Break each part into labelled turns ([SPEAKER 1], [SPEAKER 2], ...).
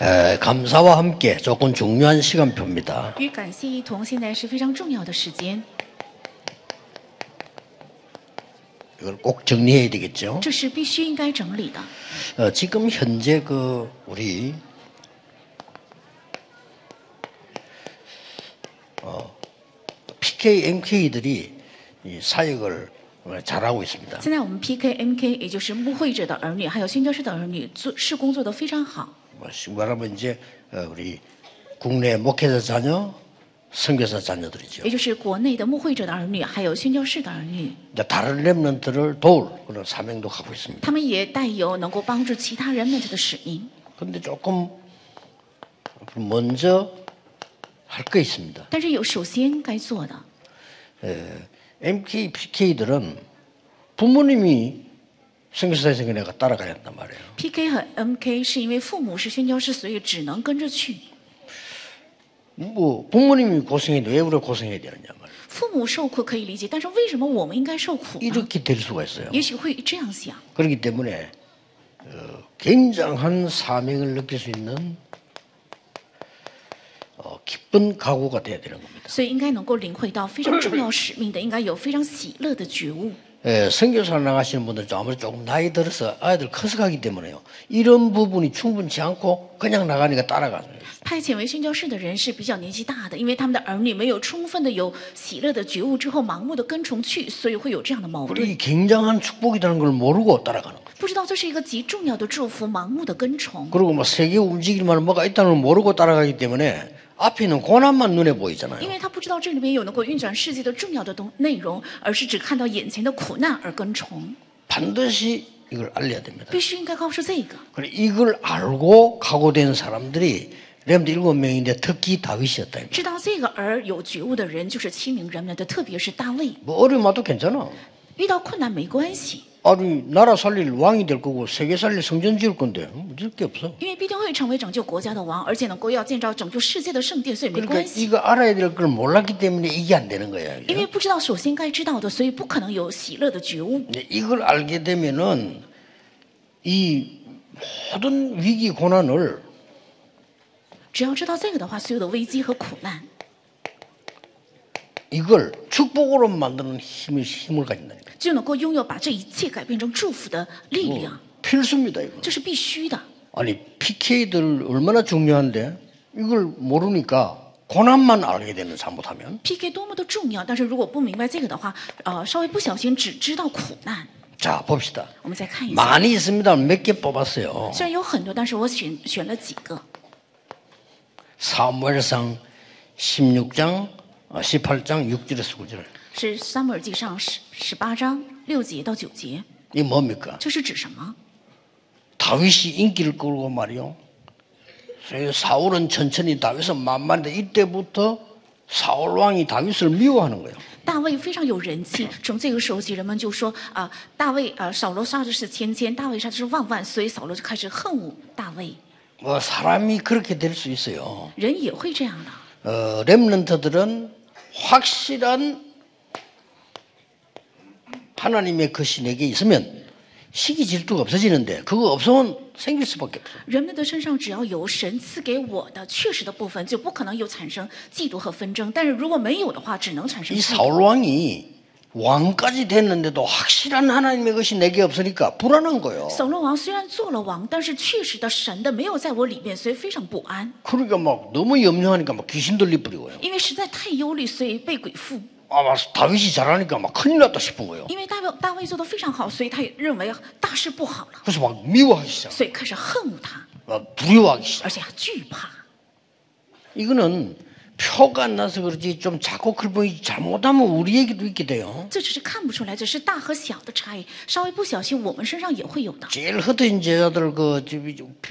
[SPEAKER 1] 에, 감사와 함께 조금 중요한 시간표입니다.
[SPEAKER 2] 与感谢一同，现在是非常重要的时间，
[SPEAKER 1] 이걸 꼭 정리해야 되겠죠.
[SPEAKER 2] 这是必须应该整理的。
[SPEAKER 1] 어, 지금 현재 그 우리 어, PK, MK들이 이 사역을 어, 잘하고 있습니다.
[SPEAKER 2] 现在我们 PK、MK，也就是牧会者的儿女，还有宣教士的儿女，做事工做得非常好。
[SPEAKER 1] 뭐 쉽게 말하면 이제 어, 우리 국내 목회자 자녀, 선교사 자녀들이죠.
[SPEAKER 2] 也就是国内的牧会者的儿女，还有宣教士的儿女，
[SPEAKER 1] 이제 다른 렘넌트를 도울 그런 사명도 갖고 있습니다.
[SPEAKER 2] 他们也带有能够帮助其他人们的使命。
[SPEAKER 1] 근데 조금 먼저 할 게 있습니다.
[SPEAKER 2] 但是有首先该做的，
[SPEAKER 1] MK, PK들은 부모님이 선교사에서 내가 따라가야 한단 말이에요.
[SPEAKER 2] PK 和 MK 是因为父母是宣教士，所以只能跟着去。
[SPEAKER 1] 뭐 부모님이 고생해도 왜 우리가 고생해야 되느냐 말이에요.
[SPEAKER 2] 父母受苦可以理解，但是为什么我们应该受苦呢？
[SPEAKER 1] 이렇게 될 수가 있어요.
[SPEAKER 2] 也许会这样想，
[SPEAKER 1] 그렇기 때문에 어, 굉장한 사명을 느낄 수 있는 어, 기쁜 각오가 돼야 되는 겁니다.
[SPEAKER 2] 所以应该能够领会到非常重要使命的，应该有非常喜乐的觉悟。
[SPEAKER 1] 예, 선교사 나가시는 분들 아무래도 조금 나이 들어서 아이들 커서 가기 때문에요. 이런 부분이 충분치 않고 그냥 나가니까 따라가는 거예요.
[SPEAKER 2] 派遣为宣教士的人是比较年纪大的，因为他们的儿女没有充分的有喜乐的觉悟之后，盲目的跟从去，所以会有这样的矛盾。
[SPEAKER 1] 그리고 이 굉장한 축복이라는 걸 모르고 따라가는 거예요.
[SPEAKER 2] 不知道这是一个极重要的祝福，盲目的跟从，
[SPEAKER 1] 그리고 뭐 세계 움직일 만한 뭐가 있다는 걸 모르고 따라가기 때문에 앞에 있는 고난만 눈에
[SPEAKER 2] 因
[SPEAKER 1] 보이잖아요.
[SPEAKER 2] 为他不知道这里面有能够运转世界的重要的东内容，而是只看到眼前的苦难而跟从。
[SPEAKER 1] 반드시 이걸 알려야 됩니다.
[SPEAKER 2] 必须应该告诉这个，
[SPEAKER 1] 그리고 이걸 알고 각오된 사람들이 렘드 일곱 명인데 특히 다윗이었다.
[SPEAKER 2] 知道这个而有觉悟的人就是七名人们的，特别是大卫。
[SPEAKER 1] 뭐 어려워도 괜찮아.
[SPEAKER 2] 遇到困难没关系，
[SPEAKER 1] 아니 나라 살릴 왕이 될 거고 세계 살릴 성전 지을 건데 음, 이럴 게 없어.
[SPEAKER 2] 因为必定会成为拯救国家的王，而且能够要建造拯救世界的圣殿，所以没
[SPEAKER 1] 그러니까
[SPEAKER 2] 关系。
[SPEAKER 1] 이거 알아야 될 걸 몰랐기 때문에 이게 안 되는 거야.
[SPEAKER 2] 因
[SPEAKER 1] 이게.
[SPEAKER 2] 为不知道首先该知道的，所以不可能有喜乐的觉悟。
[SPEAKER 1] 이제 이걸 알게 되면은 이 모든 위기 고난을
[SPEAKER 2] 只要知道这个的话，所有的危机和苦难
[SPEAKER 1] 이걸 축복으로 만드는 힘을 힘을 가진다니까.
[SPEAKER 2] 就能够拥有把这一切改变成祝福的力
[SPEAKER 1] Oh.
[SPEAKER 2] 量，
[SPEAKER 1] 필수입니다 이거.
[SPEAKER 2] 这是必须的。
[SPEAKER 1] 아니 PK들 얼마나 중요한데 이걸 모르니까 고난만 알게 되는 잘못하면
[SPEAKER 2] PK 多么的重要，但是如果不明白这个的话，呃，稍微不小心只知道苦难。
[SPEAKER 1] 자 봅시다.
[SPEAKER 2] 我们再看一下，
[SPEAKER 1] 많이 있습니다. 몇 개 뽑았어요.
[SPEAKER 2] 虽然有很多，但是我选选了几个。
[SPEAKER 1] 사무엘상 16장 18장 6절에서 9절.
[SPEAKER 2] 是《撒母耳记上》十十八章六节到九节，
[SPEAKER 1] 이 뭡니까?
[SPEAKER 2] 这是指什么？
[SPEAKER 1] 다윗이 인기를 끌고 말이요. 그래서 사울은 천천히 다윗은 만만한데 이때부터 사울 왕이 다윗을 미워하는 거예요.
[SPEAKER 2] 大卫非常有人气，从这个时候起，人们就说啊、大卫啊、扫罗杀的是千千，大卫杀的是万万，所以扫罗就开始恨恶大卫。
[SPEAKER 1] 뭐 사람이 그렇게 될 수 있어요.
[SPEAKER 2] 人也会这样的，
[SPEAKER 1] 어, 렘넌트들은 확실한 하나님의 것이 내게 있으면 시기 질투가 없어지는데 그거 없으면 생길 수밖에 없어.
[SPEAKER 2] 人们的身上只要有神赐给我的确实的部分，就不可能有产生嫉妒和纷争。但是如果没有的话，只能产生
[SPEAKER 1] 이
[SPEAKER 2] 嫉妒。
[SPEAKER 1] 사울 왕이 왕까지 됐는데도 확실한 하나님의 것이 내게 없으니까 불안한 거예요.
[SPEAKER 2] 扫罗王虽然做了王，但是确实的神的没有在我里面，所以非常不安。
[SPEAKER 1] 그러니까 막 너무 염려하니까 막 귀신 들릴 뿌리고요.
[SPEAKER 2] 因为实在太忧虑，所以被鬼附。
[SPEAKER 1] 아마 다윗이 잘하니까 막 큰일 났다 싶은 거예요.
[SPEAKER 2] 因为大卫大卫做的非常好，所以他也认为大事不好了，
[SPEAKER 1] 그래서 막 미워하기 시작,
[SPEAKER 2] 所以开始恨恶他，
[SPEAKER 1] 막 두려워하기 시작.
[SPEAKER 2] 而且还惧怕。
[SPEAKER 1] 이거는 표가 안 나서 그렇지 좀 작고 클봉이 잘못하면 우리 얘기도 있게 돼요.
[SPEAKER 2] 这只是看不出来，只是大和小的差异，稍微不小心，我们身上也会有的。
[SPEAKER 1] 제일 허드인 제자들 그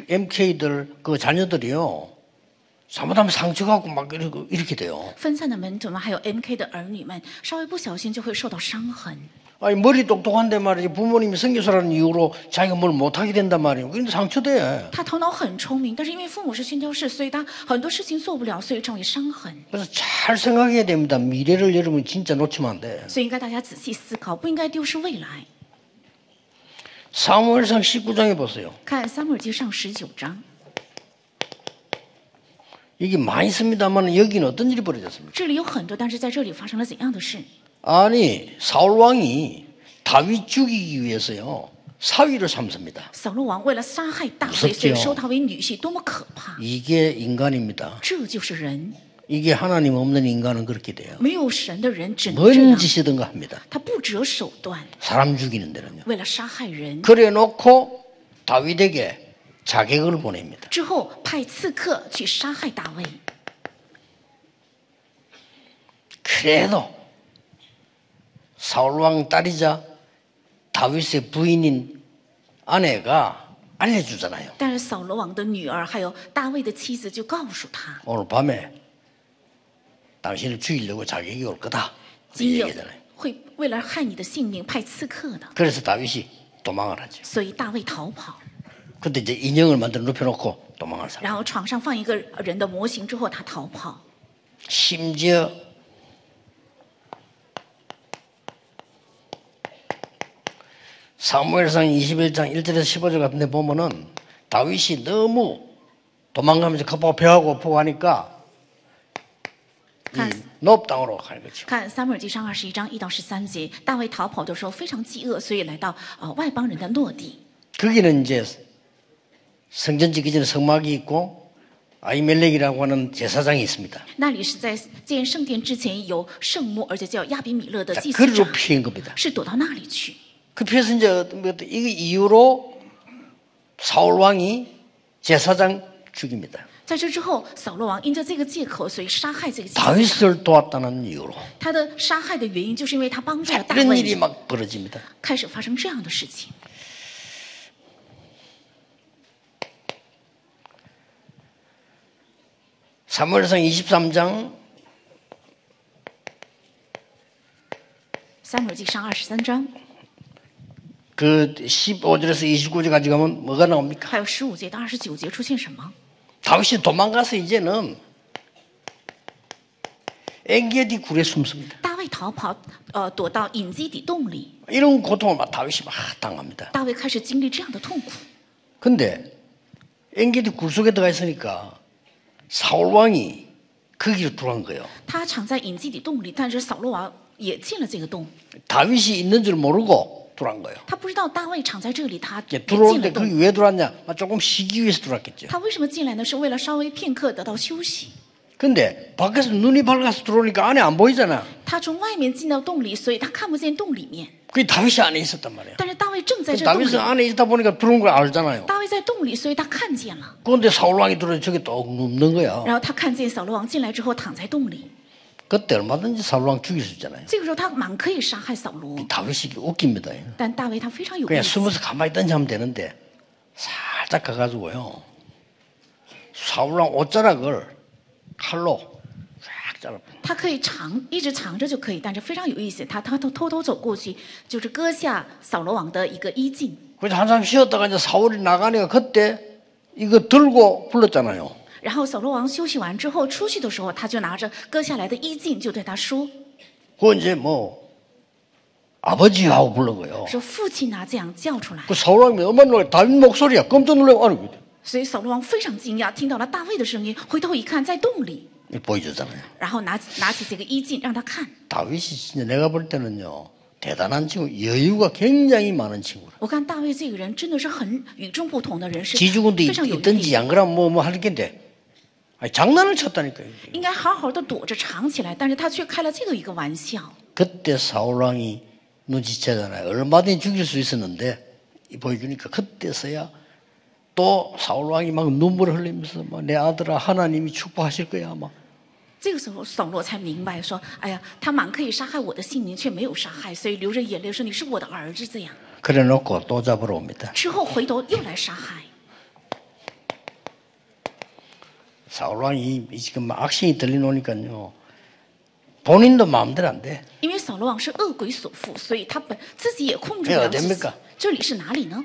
[SPEAKER 1] MK들 그 자녀들이요. 잘못하면 상처 갖고 막 이렇게, 이렇게 돼요.
[SPEAKER 2] 分散的门徒们，还有 MK 的儿女们，稍微不小心就会受到伤痕。
[SPEAKER 1] 아니 머리 똑똑한데 말이지 부모님이 성교사라는 이유로 자기가 뭘 못하게 된단 말이에요. 그런데 상처돼.
[SPEAKER 2] 他头脑很聪明，但是因为父母是宣教士，所以他很多事情做不了，所以成为伤痕。
[SPEAKER 1] 그래서 잘 생각해야 됩니다. 미래를 여러분 진짜 놓치면 안 돼.
[SPEAKER 2] 所以应该大家仔细思考，不应该丢失未来。
[SPEAKER 1] 사무엘상 19장에 보세요.
[SPEAKER 2] 看《撒母耳记上》十九章，
[SPEAKER 1] 여기 많이 있습니다만 여기는 어떤 일이 벌어졌습니까?
[SPEAKER 2] 这里有很多，但是在这里发生了怎样的事？
[SPEAKER 1] 아니 사울 왕이 다윗 죽이기 위해서요 사위를 삼습니다.
[SPEAKER 2] 扫罗王为了杀害大卫，所以收她为女婿，多么可怕！
[SPEAKER 1] 이게 인간입니다.
[SPEAKER 2] 这就是人，
[SPEAKER 1] 이게 하나님 없는 인간은 그렇게 돼요.
[SPEAKER 2] 没有神的人只能这
[SPEAKER 1] 뭔
[SPEAKER 2] 样，
[SPEAKER 1] 짓이든가 합니다.
[SPEAKER 2] 他不择手段，
[SPEAKER 1] 사람 죽이는 데는요.
[SPEAKER 2] 为了杀害人。
[SPEAKER 1] 그래 놓고 다윗에게 자객을 보냅니다.
[SPEAKER 2] 之后派刺客去杀害大卫，
[SPEAKER 1] 그래도 사울 왕 딸이자 다윗의 부인인 아내가 알려주잖아요.
[SPEAKER 2] 但是扫罗王的女儿还有大卫的妻子就告诉他，
[SPEAKER 1] 오늘 밤에 당신을 죽이려고 자객이 올 거다. 이
[SPEAKER 2] 今夜
[SPEAKER 1] 얘기잖아요.
[SPEAKER 2] 会为了害你的性命派刺客的，
[SPEAKER 1] 그래서 다윗이 도망을 하죠.
[SPEAKER 2] 所以大卫逃跑，
[SPEAKER 1] 근데 이제 인형을 만들어 눕혀놓고 도망을 사람.
[SPEAKER 2] 然后床上放一个人的模型之后他逃跑，
[SPEAKER 1] 심지어 사무엘상 21장 1절에서 15절 같은 데 보면은 다윗이 너무 도망가면서 급하고 배하고 고프고 하니까 이
[SPEAKER 2] 看
[SPEAKER 1] 높 땅으로 가는 거죠.
[SPEAKER 2] 看《撒母耳记上》二十一章一到十三节，大卫逃跑的时候非常饥饿，所以来到呃外邦人的诺地。
[SPEAKER 1] 거기는 이제 성전 짓기 전에 성막이 있고 아이멜렉이라고 하는 제사장이 있습니다.
[SPEAKER 2] 那里是在建圣殿之前有圣墓，而且叫亚比米勒的
[SPEAKER 1] 자,
[SPEAKER 2] 祭司
[SPEAKER 1] 그리로
[SPEAKER 2] 长，
[SPEAKER 1] 피한 겁니다.
[SPEAKER 2] 是躲到那里去。
[SPEAKER 1] 그 피해서 이제 어떤 것, 이 이후로 사울 왕이 제사장 죽입니다.
[SPEAKER 2] 在这之后，扫罗王因着这个借口，所以杀害这个祭司长。
[SPEAKER 1] 다윗을 도왔다는 이유로
[SPEAKER 2] 他的杀害的原因，就是因为他帮助了大
[SPEAKER 1] 이런 일이
[SPEAKER 2] 卫，
[SPEAKER 1] 막 벌어집니다.
[SPEAKER 2] 开始发生这样的事情。
[SPEAKER 1] 사무엘상 23장
[SPEAKER 2] 撒母耳记上二十三章，
[SPEAKER 1] 그 15절에서 29절까지 가면 뭐가 나옵니까?
[SPEAKER 2] 还有十五节到二十九节出现什么？
[SPEAKER 1] 다윗이 도망가서 이제는 엔게디 굴에 숨습니다.
[SPEAKER 2] 大卫逃跑，呃，躲到隐基底洞里。
[SPEAKER 1] 이런 고통을 막 다윗이 막 당합니다.
[SPEAKER 2] 大卫开始经历这样的痛苦。
[SPEAKER 1] 근데 엔게디 굴 속에 들어가 있으니까 사울 왕이 거기로 들어간 거예요.
[SPEAKER 2] 他藏在隐基底洞里，但是扫罗王也进了这个洞，
[SPEAKER 1] 다윗이 있는 줄 모르고 들어간 거예요.
[SPEAKER 2] 他不知道大卫藏在这里，他也
[SPEAKER 1] 이제 들어올
[SPEAKER 2] 进了
[SPEAKER 1] 때
[SPEAKER 2] 洞。
[SPEAKER 1] 그게 왜 들어왔냐? 아, 조금 쉬기 위해서 들어왔겠죠.
[SPEAKER 2] 他为什么进来呢？是为了稍微片刻得到休息。
[SPEAKER 1] 근데 밖에서 눈이 밝아서 들어오니까 안에 안 보이잖아.
[SPEAKER 2] 他从外面进到洞里，所以他看不见洞里面。
[SPEAKER 1] 그게 다윗이 안에 있었단 말이야.
[SPEAKER 2] 但是大卫正在
[SPEAKER 1] 그
[SPEAKER 2] 这洞
[SPEAKER 1] 다윗은
[SPEAKER 2] 里，
[SPEAKER 1] 안에 있다 보니까 들어온 걸 알잖아요.
[SPEAKER 2] 大卫在洞里，所以他看见了。
[SPEAKER 1] 그런데 사울 왕이 들어서 저기 떡 눕는 거야.
[SPEAKER 2] 然后他看见扫罗王进来之后躺在洞里，
[SPEAKER 1] 그때 얼마든지 사울 왕 죽일 수 있잖아요.
[SPEAKER 2] 这个时候他蛮可以杀害扫罗，
[SPEAKER 1] 다윗이 웃깁니다.
[SPEAKER 2] 但大卫他非常有
[SPEAKER 1] 그냥
[SPEAKER 2] 意思，
[SPEAKER 1] 숨어서 가만히 있든지 하면 되는데 살짝 가가지고요. 사울 왕 옷자락을 칼로 쫙 잘라.
[SPEAKER 2] 他可以藏一直藏着就可以，但是非常有意思，他他偷偷偷走过去，就是割下扫罗王的一个衣襟，
[SPEAKER 1] 그래서 한참 쉬었다가 이제 사울이 나가니까 그때 이거 들고 불렀잖아요.
[SPEAKER 2] 然后扫罗王休息完之后出去的时候，他就拿着割下来的衣襟就对他说
[SPEAKER 1] 그 이제 뭐 아버지하고 부른 거예요. ：“
[SPEAKER 2] 说父亲啊，这样叫出来。
[SPEAKER 1] 그 사울 왕이 엄마 놀라 다윗 목소리야. 깜짝 놀라고 아니 ”
[SPEAKER 2] 所以扫罗王非常惊讶，听到了大卫的声音，回头一看在洞里，
[SPEAKER 1] 이거 그 보여주잖아요.
[SPEAKER 2] 然后拿起拿起这个衣襟让他看。
[SPEAKER 1] 다윗이 진짜 내가 볼 때는요 대단한 친구, 여유가 굉장히 많은 친구.
[SPEAKER 2] 我看大卫这个人真的是很与众不同的人，是
[SPEAKER 1] 지주군도
[SPEAKER 2] 非常有毅
[SPEAKER 1] 있든지
[SPEAKER 2] 力。
[SPEAKER 1] 양거랑 뭐뭐 하는 건데 아니, 장난을 쳤다니까요.
[SPEAKER 2] 应该好好的躲着藏起来，但是他却开了这个一个玩笑。
[SPEAKER 1] 그때 사울 왕이 눈치채잖아요. 얼마든지 죽일 수 있었는데 이 보여주니까 그때서야 또 사울 왕이 막 눈물을 흘리면서 막 내 아들아 하나님이 축복하실 거야 뭐. 막
[SPEAKER 2] 这个时候，扫罗才明白说：“哎呀，他蛮可以杀害我的性命，却没有杀害，所以流着眼泪说你是我的儿子。”这样
[SPEAKER 1] 그래 놓고 또 잡으러 옵니다.
[SPEAKER 2] 之后回头又来杀害。
[SPEAKER 1] 사울 왕이 이 지금 막 악신이 들리노니까요. 본인도 마음대로 안 돼.
[SPEAKER 2] 因为扫罗王是恶鬼所附，所以他本自己也控制不
[SPEAKER 1] 哎呀
[SPEAKER 2] 了自
[SPEAKER 1] 真没
[SPEAKER 2] 己
[SPEAKER 1] 干。
[SPEAKER 2] 这里是哪里呢？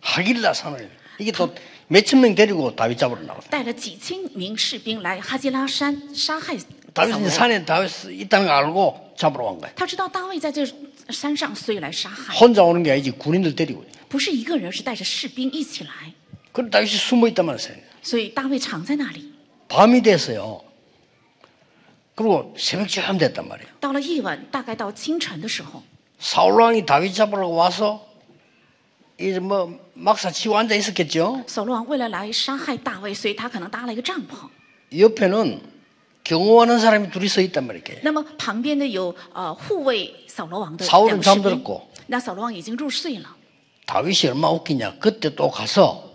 [SPEAKER 1] 하길라 산을 이게 또 몇천 명 데리고 다윗 잡으러 나왔다.
[SPEAKER 2] 带了几千名士兵来哈基拉山杀害扫
[SPEAKER 1] 다윗은 이제
[SPEAKER 2] 罗。
[SPEAKER 1] 산에 다윗 있다는 걸 알고 잡으러 온 거야.
[SPEAKER 2] 他知道大卫在这山
[SPEAKER 1] 哦
[SPEAKER 2] 上，所以来杀害。
[SPEAKER 1] 혼자 오는 게 아니지 군인들 데리고.
[SPEAKER 2] 不是一个人，是带着士兵一起来。
[SPEAKER 1] 그럼 다윗이 숨어 있단 말이에요.
[SPEAKER 2] 所以大卫藏在那里。
[SPEAKER 1] 밤이 됐어요. 그리고 새벽쯤 됐단 말이에요.
[SPEAKER 2] 到了夜晚，大概到清晨的时候，
[SPEAKER 1] 사울 왕이 다윗 잡으러 와서 이제 뭐 막사 치고 앉아 있었겠죠.
[SPEAKER 2] 扫罗王为了来杀害大卫，所以他可能搭了一个帐篷。
[SPEAKER 1] 옆에는 경호하는 사람이 둘이 서 있단 말이에요.
[SPEAKER 2] 那么旁边的有呃护卫扫罗王的
[SPEAKER 1] 扫罗
[SPEAKER 2] 两个士
[SPEAKER 1] 잠들
[SPEAKER 2] 兵
[SPEAKER 1] 었고 ，
[SPEAKER 2] 那扫罗王已经入睡了。
[SPEAKER 1] 다윗이 얼마나 웃기냐. 그때 또 가서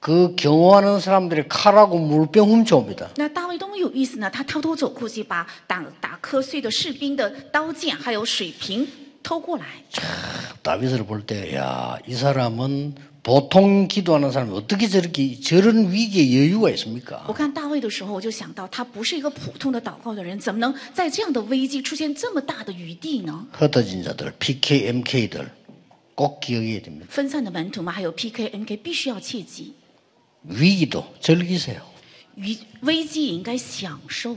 [SPEAKER 1] 그 경호하는 사람들이 칼하고 물병 훔쳐옵니다.
[SPEAKER 2] 那大卫多么有意思呢？他偷偷走过去，把打打瞌睡的士兵的刀剑还有水瓶偷过来。
[SPEAKER 1] 다윗을 볼 때 야 이 사람은 보통 기도하는 사람이 어떻게 저렇게 저런 위기에 여유가 있습니까?
[SPEAKER 2] 我看大卫的时候，我就想到他不是一个普通的祷告的人，怎么能在这样的危机出现这么大的余地呢？
[SPEAKER 1] 흩어진 자들, PK, MK들 꼭 기억해야 됩니다.
[SPEAKER 2] 分散的门徒嘛，还有 PK、NK，必须要切记，
[SPEAKER 1] 위기도 즐기세요.
[SPEAKER 2] 余危机也应该享受。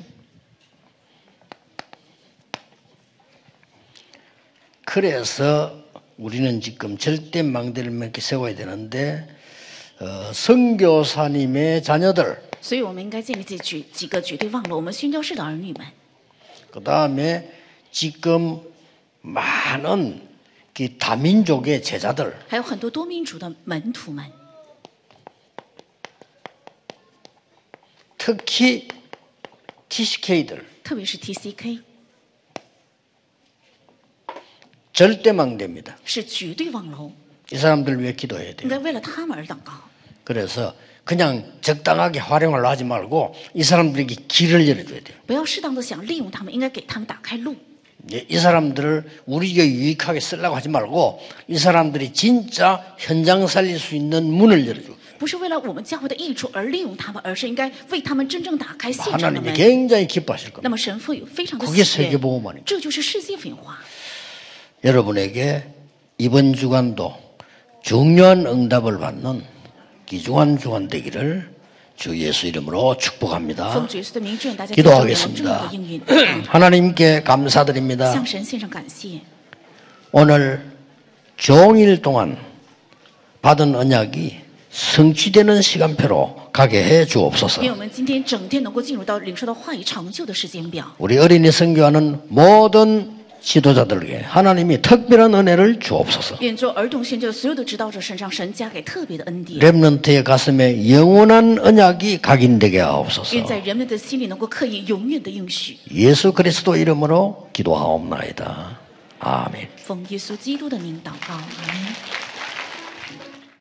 [SPEAKER 1] 그래서 우리는 지금 절대 망대를 몇 개 세워야 되는데 어, 선교사님의 자녀들
[SPEAKER 2] 所以我们应该建立自己几几个绝对忘了我们宣教士的儿女们。
[SPEAKER 1] 그 다음에 지금 많은 그 다민족의 제자들
[SPEAKER 2] 还有很多多民族的门徒们，
[SPEAKER 1] 특히 TCK들
[SPEAKER 2] 特别是 TCK，
[SPEAKER 1] 절대 망대입니다.
[SPEAKER 2] 是绝对望楼，
[SPEAKER 1] 이 사람들 위해 기도해야
[SPEAKER 2] 应
[SPEAKER 1] 돼요.
[SPEAKER 2] 该为了他们而祷告。
[SPEAKER 1] 네. 그래서 그냥 적당하게 활용을 하지 말고 이 사람들에게 길을 열어줘야 돼요.
[SPEAKER 2] 不要适当的想利用他们，应该给他们打开路。
[SPEAKER 1] 예, 이 사람들을 우리가 유익하게 쓰려고 하지 말고 이 사람들이 진짜 현장 살릴 수 있는 문을 열어줘.
[SPEAKER 2] 不是为了我们教会的益处而利用他们，而是应该为他们真正打开现场的
[SPEAKER 1] 하나님이
[SPEAKER 2] 门。
[SPEAKER 1] 굉장히 기뻐하실
[SPEAKER 2] 那
[SPEAKER 1] 겁니다.
[SPEAKER 2] 么神父有非常的
[SPEAKER 1] 그게
[SPEAKER 2] 喜悦，
[SPEAKER 1] 세계복음 아닙니까?
[SPEAKER 2] 这就是世界文化。
[SPEAKER 1] 여러분에게 이번 주간도 중요한 응답을 받는 기중한 주간 되기를 주 예수 이름으로
[SPEAKER 2] 奉
[SPEAKER 1] 축복합니다.
[SPEAKER 2] 主耶稣的名，祝愿大家得着重要
[SPEAKER 1] 기도하겠습니다.
[SPEAKER 2] 的应允，
[SPEAKER 1] 하나님께 감사드립니다.
[SPEAKER 2] 向神献上感谢。
[SPEAKER 1] 오늘 종일 동안 받은 언약이 성취되는 시간표로 가게 해
[SPEAKER 2] 愿
[SPEAKER 1] 주옵소서.
[SPEAKER 2] 我们今天整天能够进入到领受到话语成就的时间表。
[SPEAKER 1] 우리 어린이 선교하는 모든 지도자들에게 하나님이 특별한 은혜를 주옵소서.
[SPEAKER 2] 愿做儿童宣教的所有的指导者身上，神加给特别的恩典。
[SPEAKER 1] 렘넌트의 가슴에 영원한 언약이 각인되게 하옵소서.
[SPEAKER 2] 愿在人们的心里能够刻意永远的应许，
[SPEAKER 1] 예수 그리스도 이름으로 기도하옵나이다. 아멘.
[SPEAKER 2] 奉耶稣基督的名祷告，阿门。